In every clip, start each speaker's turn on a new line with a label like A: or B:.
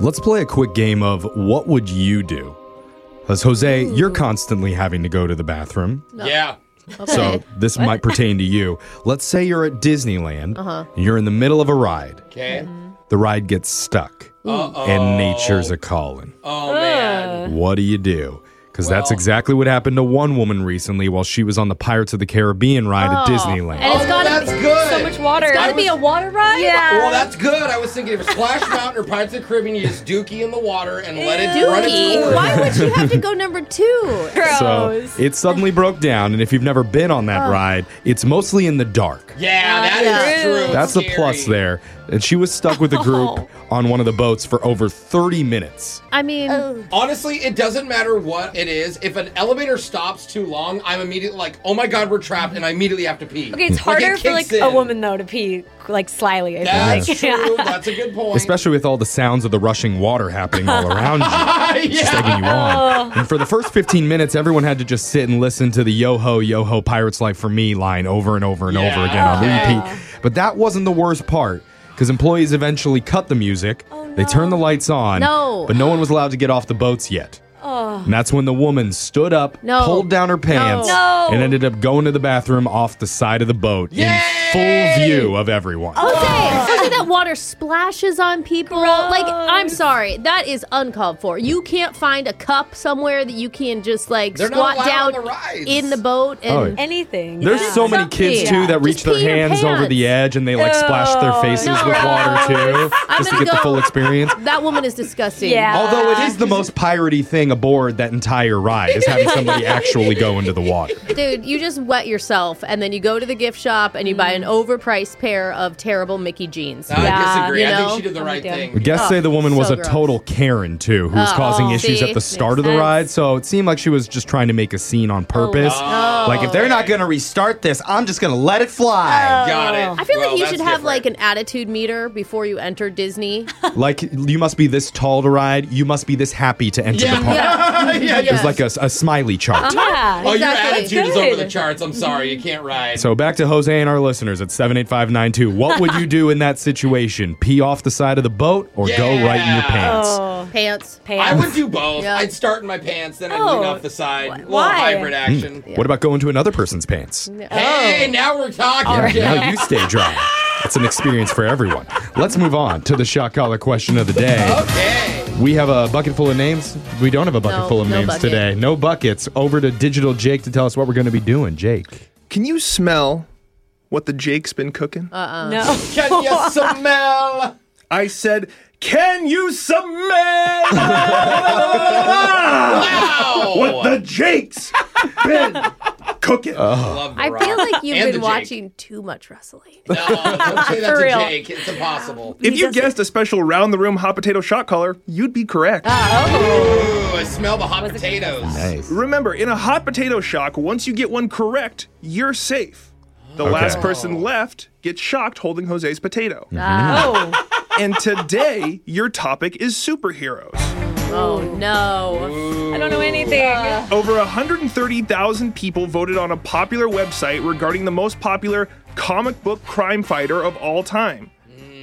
A: Let's play a quick game of what would you do? Because Jose, you're constantly having to go to the bathroom.
B: Yeah.
C: Okay.
A: So this might pertain to you. Let's say you're at Disneyland. Uh-huh. You're in the middle of a ride.
B: Okay.
C: Mm-hmm.
A: The ride gets stuck,
B: Uh-oh.
A: and nature's a calling.
B: Oh man.
A: What do you do? Because that's
B: Well-
A: exactly what happened to one woman recently while she was on the Pirates of the Caribbean ride at
C: and
A: Disneyland.
C: it's gotta
B: that's
C: be
B: good.
C: so much water.
B: It's gotta be a
C: water ride. Yeah.
B: Well, that's good. I was thinking if it's Splash Mountain or Pirates of the Caribbean, you just dookie in the water and let it run its
D: Dookie?
B: course.
D: Why would you have to go number two?
A: So it suddenly broke down, and if you've never been on that ride, it's mostly in the dark.
B: Yeah, that is
D: yeah.
B: true. It's
A: That's the plus
B: scary.
A: there. And she was stuck with a group on one of the boats for over 30 minutes.
D: I mean,
B: Oh, Honestly, it doesn't matter what it is. If an elevator stops too long, I'm immediately like, "Oh my god, we're trapped," and I immediately have to pee.
C: okay, it's
B: Like, it
C: harder for like
B: kicks in.
C: a woman though to pee like slyly. I
B: That's
C: feel like.
B: true.
C: Yeah.
B: That's a good point.
A: Especially with all the sounds of the rushing water happening all around you.
B: yeah.
A: It's egging you on. And for the first 15 minutes, everyone had to just sit and listen to the yo ho, yo ho, Pirates Life for Me line over and over and
B: Yeah.
A: over again on
B: Yeah.
A: repeat. But that wasn't the worst part because employees eventually cut the music. They turned the lights on.
D: No.
A: But no one was allowed to get off the boats yet. And that's when the woman stood up,
D: No.
A: pulled down her pants,
C: No.
A: and ended up going to the bathroom off the side of the boat in full
B: Yay!
A: view of everyone.
D: Jose, Jose, that water splashes on people. Like, I'm sorry, that is uncalled for. You can't find a cup somewhere that you can just like
B: They're not
D: squat
B: allowed on
D: down
B: the rides.
D: in the boat
A: Oh,
D: and.
A: yeah.
C: Anything.
A: There's
C: yeah.
A: so many
D: Something.
A: kids too that
D: Just
A: reach
D: pee
A: their
D: your
A: hands over the edge and they like splash their faces
D: No.
A: with water too,
D: I'm
A: just to
D: gonna
A: get the
D: go-
A: full experience.
D: That woman is disgusting.
C: Yeah.
A: Although it is the most piratey thing aboard that entire ride is having somebody actually go into the water.
D: Dude, you just wet yourself and then you go to the gift shop and you buy an
B: Mm.
D: overpriced pair of terrible Mickey jeans.
B: I
C: Yeah,
B: disagree.
D: you
B: I think
D: know?
B: she did the
C: I'm
B: right
C: with you.
B: thing.
A: Guests say the woman was
D: Oh, so
A: a
D: gross. Oh,
A: total Karen too, who was causing issues
D: see?
A: at the start
D: Makes
A: of the
D: sense. Oh,
A: ride. So it seemed like she was just trying to make a scene on purpose. Like if they're not going to restart this, I'm just going to let it fly.
D: Oh.
B: Got it.
D: I feel
B: Well,
D: like you
B: that's
D: should have
B: different.
D: like an attitude meter before you enter Disney.
A: like you must be this tall to ride. You must be this happy to enter the park.
B: yeah, yeah, yeah.
A: There's like a, a smiley chart.
D: Uh-huh.
C: Yeah.
B: Oh,
D: Exactly.
B: your attitude is over the
C: Good.
B: charts. I'm sorry, you can't ride.
A: So back to Jose and our listeners at 78592. What would you do in that situation? Pee off the side of the boat or go
B: Yeah.
A: right in your pants?
C: Oh,
D: Pants.
B: I
C: pants.
B: would do both.
D: Yeah.
B: I'd start in my pants, then I'd
C: Oh,
B: lean off the side. Little
C: why?
B: hybrid action.
A: What about going to another person's pants?
B: Hey,
C: Oh.
B: now we're talking.
A: Yeah,
B: Jeff.
A: now you stay dry. That's an experience for everyone. Let's move on to the shot collar question of the day.
B: Okay.
A: We have a bucket full of names. We don't have a bucket
D: Oh. No,
A: full of
D: no
A: names
D: bucket.
A: today. No buckets. Over to Digital Jake to tell us what we're going to be doing. Jake.
E: Can you smell what the Jake's been cooking?
C: no.
B: Can you smell?
E: I said, Can you smell
B: Wow.
E: what the Jake's been cooking?
B: Love the
D: I
B: rock.
D: feel like you've
B: And the
D: been
B: Jake.
D: watching too much wrestling.
B: No, don't say that
C: For
B: to
C: real.
B: Jake. It's impossible.
E: if you guessed a special round the room hot potato shot collar, you'd be correct.
B: Ooh, I smell the hot potatoes.
E: Remember, in a hot potato shock, once you get one correct, you're safe. The last person left gets shocked holding Jose's potato.
C: Oh.
E: and today, your topic is superheroes.
D: Oh no.
C: I don't know anything. Oh,
E: Over 130,000 people voted on a popular website regarding the most popular comic book crime fighter of all time.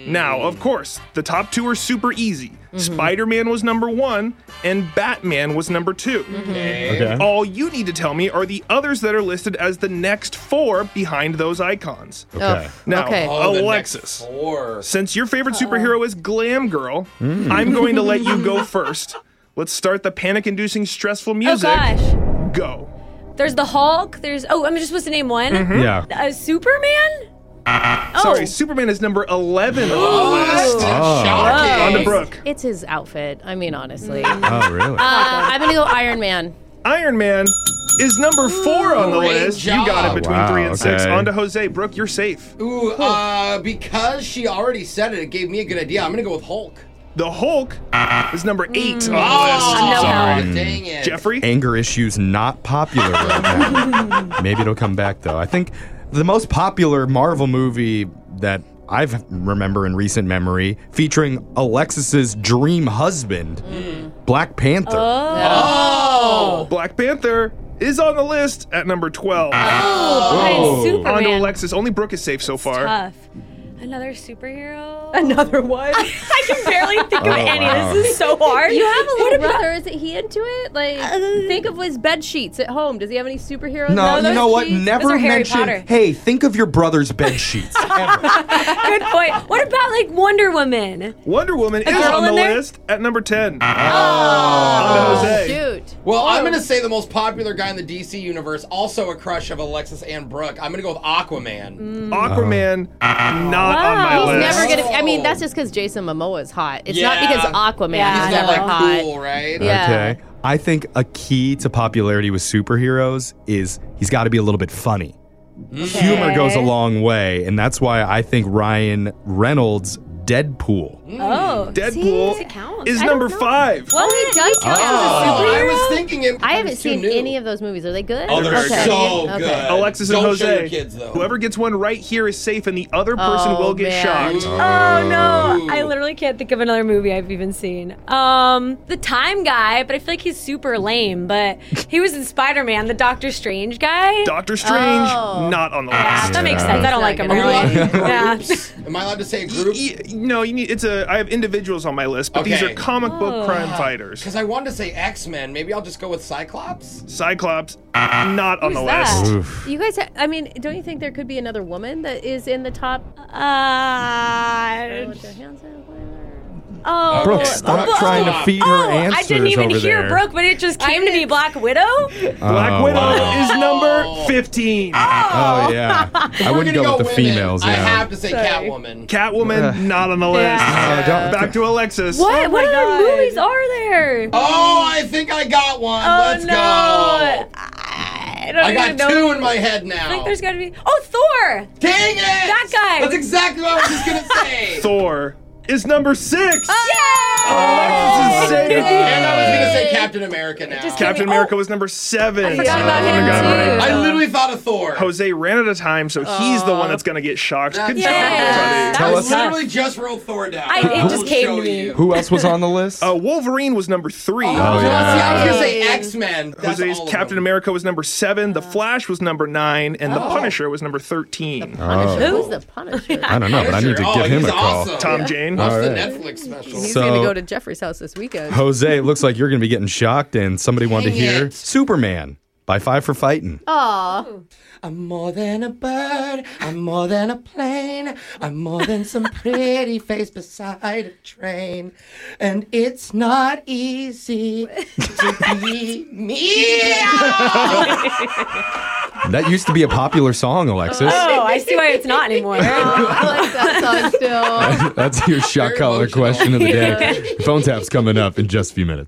E: Now, of course, the top two are super easy. Spider Man was number one, and Batman was number 2
B: Mm-hmm.
A: Okay.
E: All you need to tell me are the others that are listed as the next four behind those icons.
A: Okay.
E: Now,
D: Okay.
B: Oh, the next
E: Alexis,
B: four.
E: since your favorite superhero is Glam Girl, I'm going to let you go first. Let's start the panic inducing stressful
C: Oh
E: music.
C: gosh.
E: Go.
C: There's the Hulk. There's oh, I'm just supposed to name one.
A: Yeah.
C: Uh, Superman. Oh.
E: Sorry, Superman is number 11 on the
B: That's
E: list.
A: Ah.
B: shocking.
E: On to Brooke.
D: It's his outfit. I mean honestly.
A: Oh, really?
D: Uh, I'm gonna go Iron Man.
E: Iron Man is number four on the
B: Great
E: list.
B: job.
E: You got it between
A: Wow,
E: three and six.
A: okay.
E: On to Jose. Brooke, you're safe.
B: Ooh, uh, because she already said it, it gave me a good idea. I'm gonna go with Hulk.
E: The Hulk is number eight
C: Mm.
E: on the list.
B: Oh,
A: Sorry.
B: dang it.
E: Jeffrey?
A: anger issues not popular right now. Maybe it'll come back though. I think the most popular Marvel movie that I remember in recent memory, featuring Alexis's dream husband,
C: Mm.
A: Black Panther.
B: Oh,
E: Black Panther is on the list at number 12.
C: Oh,
A: Whoa.
C: Superman.
E: on to Alexis. Only Brooke is safe so far.
C: Tough. Another superhero?
F: Another one.
C: I can barely think
A: Oh,
C: of any.
A: wow.
C: This is so hard.
D: You have a
C: What
D: little
C: about-
D: brother. Is he into it? Like, think of his bed sheets at home. Does he have any superheroes?
A: No,
D: on
A: you
D: those
A: know what?
D: sheets?
A: Never
C: Those are Harry
A: mention.
C: Potter.
A: Hey, think of your brother's bed sheets. Ever.
C: Good point. What about like Wonder Woman?
E: Wonder Woman is
C: girl
E: on the
C: in there?
E: list at number 10.
D: Oh,
E: Under Jose.
D: shoot.
B: Well, I'm gonna say the most popular guy in the DC universe, also a crush of Alexis and Brooke. I'm gonna go with Aquaman.
E: Aquaman, not
C: Wow.
E: on my
D: He's
E: list.
D: never gonna. I mean, that's just because Jason Momoa is hot. It's not
B: Yeah.
D: because Aquaman
C: Yeah,
D: is
B: He's
C: I
B: not
D: never
C: know.
D: hot.
B: like cool, right?
D: Yeah.
A: Okay. I think a key to popularity with superheroes is he's got to be a little bit funny.
C: Mm.
A: Humor goes a long way, and that's why I think Ryan Reynolds Deadpool.
C: Oh.
E: Deadpool
C: See, it counts.
E: is
C: I
E: number
C: don't know.
E: five.
D: Well, he does count
B: Oh,
D: as
B: I
D: a superhero.
B: was thinking it.
D: I
B: it
D: haven't
B: was too
D: seen
B: new.
D: any of those movies. Are they good?
B: Oh, they're
D: Okay.
B: so
D: Okay.
B: good.
E: Alexis and
B: Don't
E: Jose.
B: Show your kids, though.
E: Whoever gets one right here is safe, and the other person
D: Oh,
E: will get
D: man.
E: shocked.
C: Oh no! I literally can't think of another movie I've even seen. Um, the Time Guy, but I feel like he's super lame. But he was in Spider Man, the Doctor Strange guy.
E: Doctor Strange,
D: Oh.
E: not on the
C: yeah,
E: list.
C: that makes
A: Yeah.
C: sense. I
D: That's
C: don't like
D: not good.
C: him.
B: Are we allowed to
C: really.
B: do
C: yeah.
B: groups? Am I allowed to say a
E: Y-
B: group?
A: E-
E: y- No, you need. It's a. I have individuals on my list, but these
B: Okay.
E: are comic
C: Oh.
E: book crime fighters.
B: Because I wanted to say X Men. Maybe I'll just go with Cyclops.
E: Cyclops, not on the
C: Who's that?
E: list.
A: Oof.
D: You guys, ha- I mean, don't you think there could be another woman that is in the top?
C: Uh,
D: Scarlett Johansson?
C: oh,
A: Brooke,
C: oh,
A: stop
C: oh,
A: trying
C: oh,
A: to feed her answers
C: I didn't even
A: over
C: hear
A: there.
C: Brooke, but it just came to me. Black Widow.
E: Black
A: Oh,
E: Widow
A: wow.
E: is number fifteen.
A: Oh yeah. I
B: We're
A: wouldn't
B: gonna
A: go, with the
B: women.
A: females.
B: I
A: yeah.
B: have to say Catwoman.
E: Catwoman, not on the list.
A: Uh, don't-
E: Back to Alexis.
C: What?
F: my
C: what other
F: God.
C: movies are there?
B: Oh, I think I got one.
C: Oh,
B: Let's
C: no.
B: go.
C: I don't
B: I
C: even
B: got
C: know.
B: two in my head now.
C: I think there's got to be. Oh, Thor.
B: Dang it! That
C: guy.
B: That's exactly what I was just gonna say.
E: Thor is number six.
C: Oh. Yay! Oh,
E: Alexis is safe.
B: and I was gonna say Captain America now.
C: Just
E: Captain
C: Oh.
E: America was number seven. I
C: forgot
A: Oh
C: about him, too.
B: I literally thought of Thor.
E: Jose ran out of time, so he's the one that's gonna get shocked. Good
B: That's
E: job,
C: Yeah.
E: buddy.
A: Tell
B: I
A: us-
B: literally just wrote Thor down.
C: I- it
B: I
C: just
B: will
C: came
B: show
C: to me.
B: you.
A: Who else was on the list?
E: Uh, Wolverine was number three.
B: Oh,
A: yeah.
B: see, I was gonna say X Men.
E: Jose's Captain America was number seven. The Flash was number nine, and The Punisher was number thirteen.
A: Oh.
D: Who's the Punisher?
A: I don't know, but I need to
B: oh,
A: give him
B: he's
A: a call.
B: Awesome.
E: Tom Jane.
B: Watch the
A: All right.
B: Netflix special.
D: He's
A: So-
D: going to go to Jeffrey's house this weekend.
A: Jose, it looks like you're going to be getting shocked, and somebody wanted to
B: Dang
A: hear
B: it. Oh.
A: Superman by Five for Fighting.
D: Aw.
B: I'm more than a bird. I'm more than a plane. I'm more than some pretty face beside a train. And it's not easy to be me.
A: That used to be a popular song, Alexis.
C: Oh, I see why it's not anymore.
D: I like that song still.
A: That's your shock
B: Very
A: collar
B: emotional.
A: question of the day. Phone tap's coming up in just a few minutes.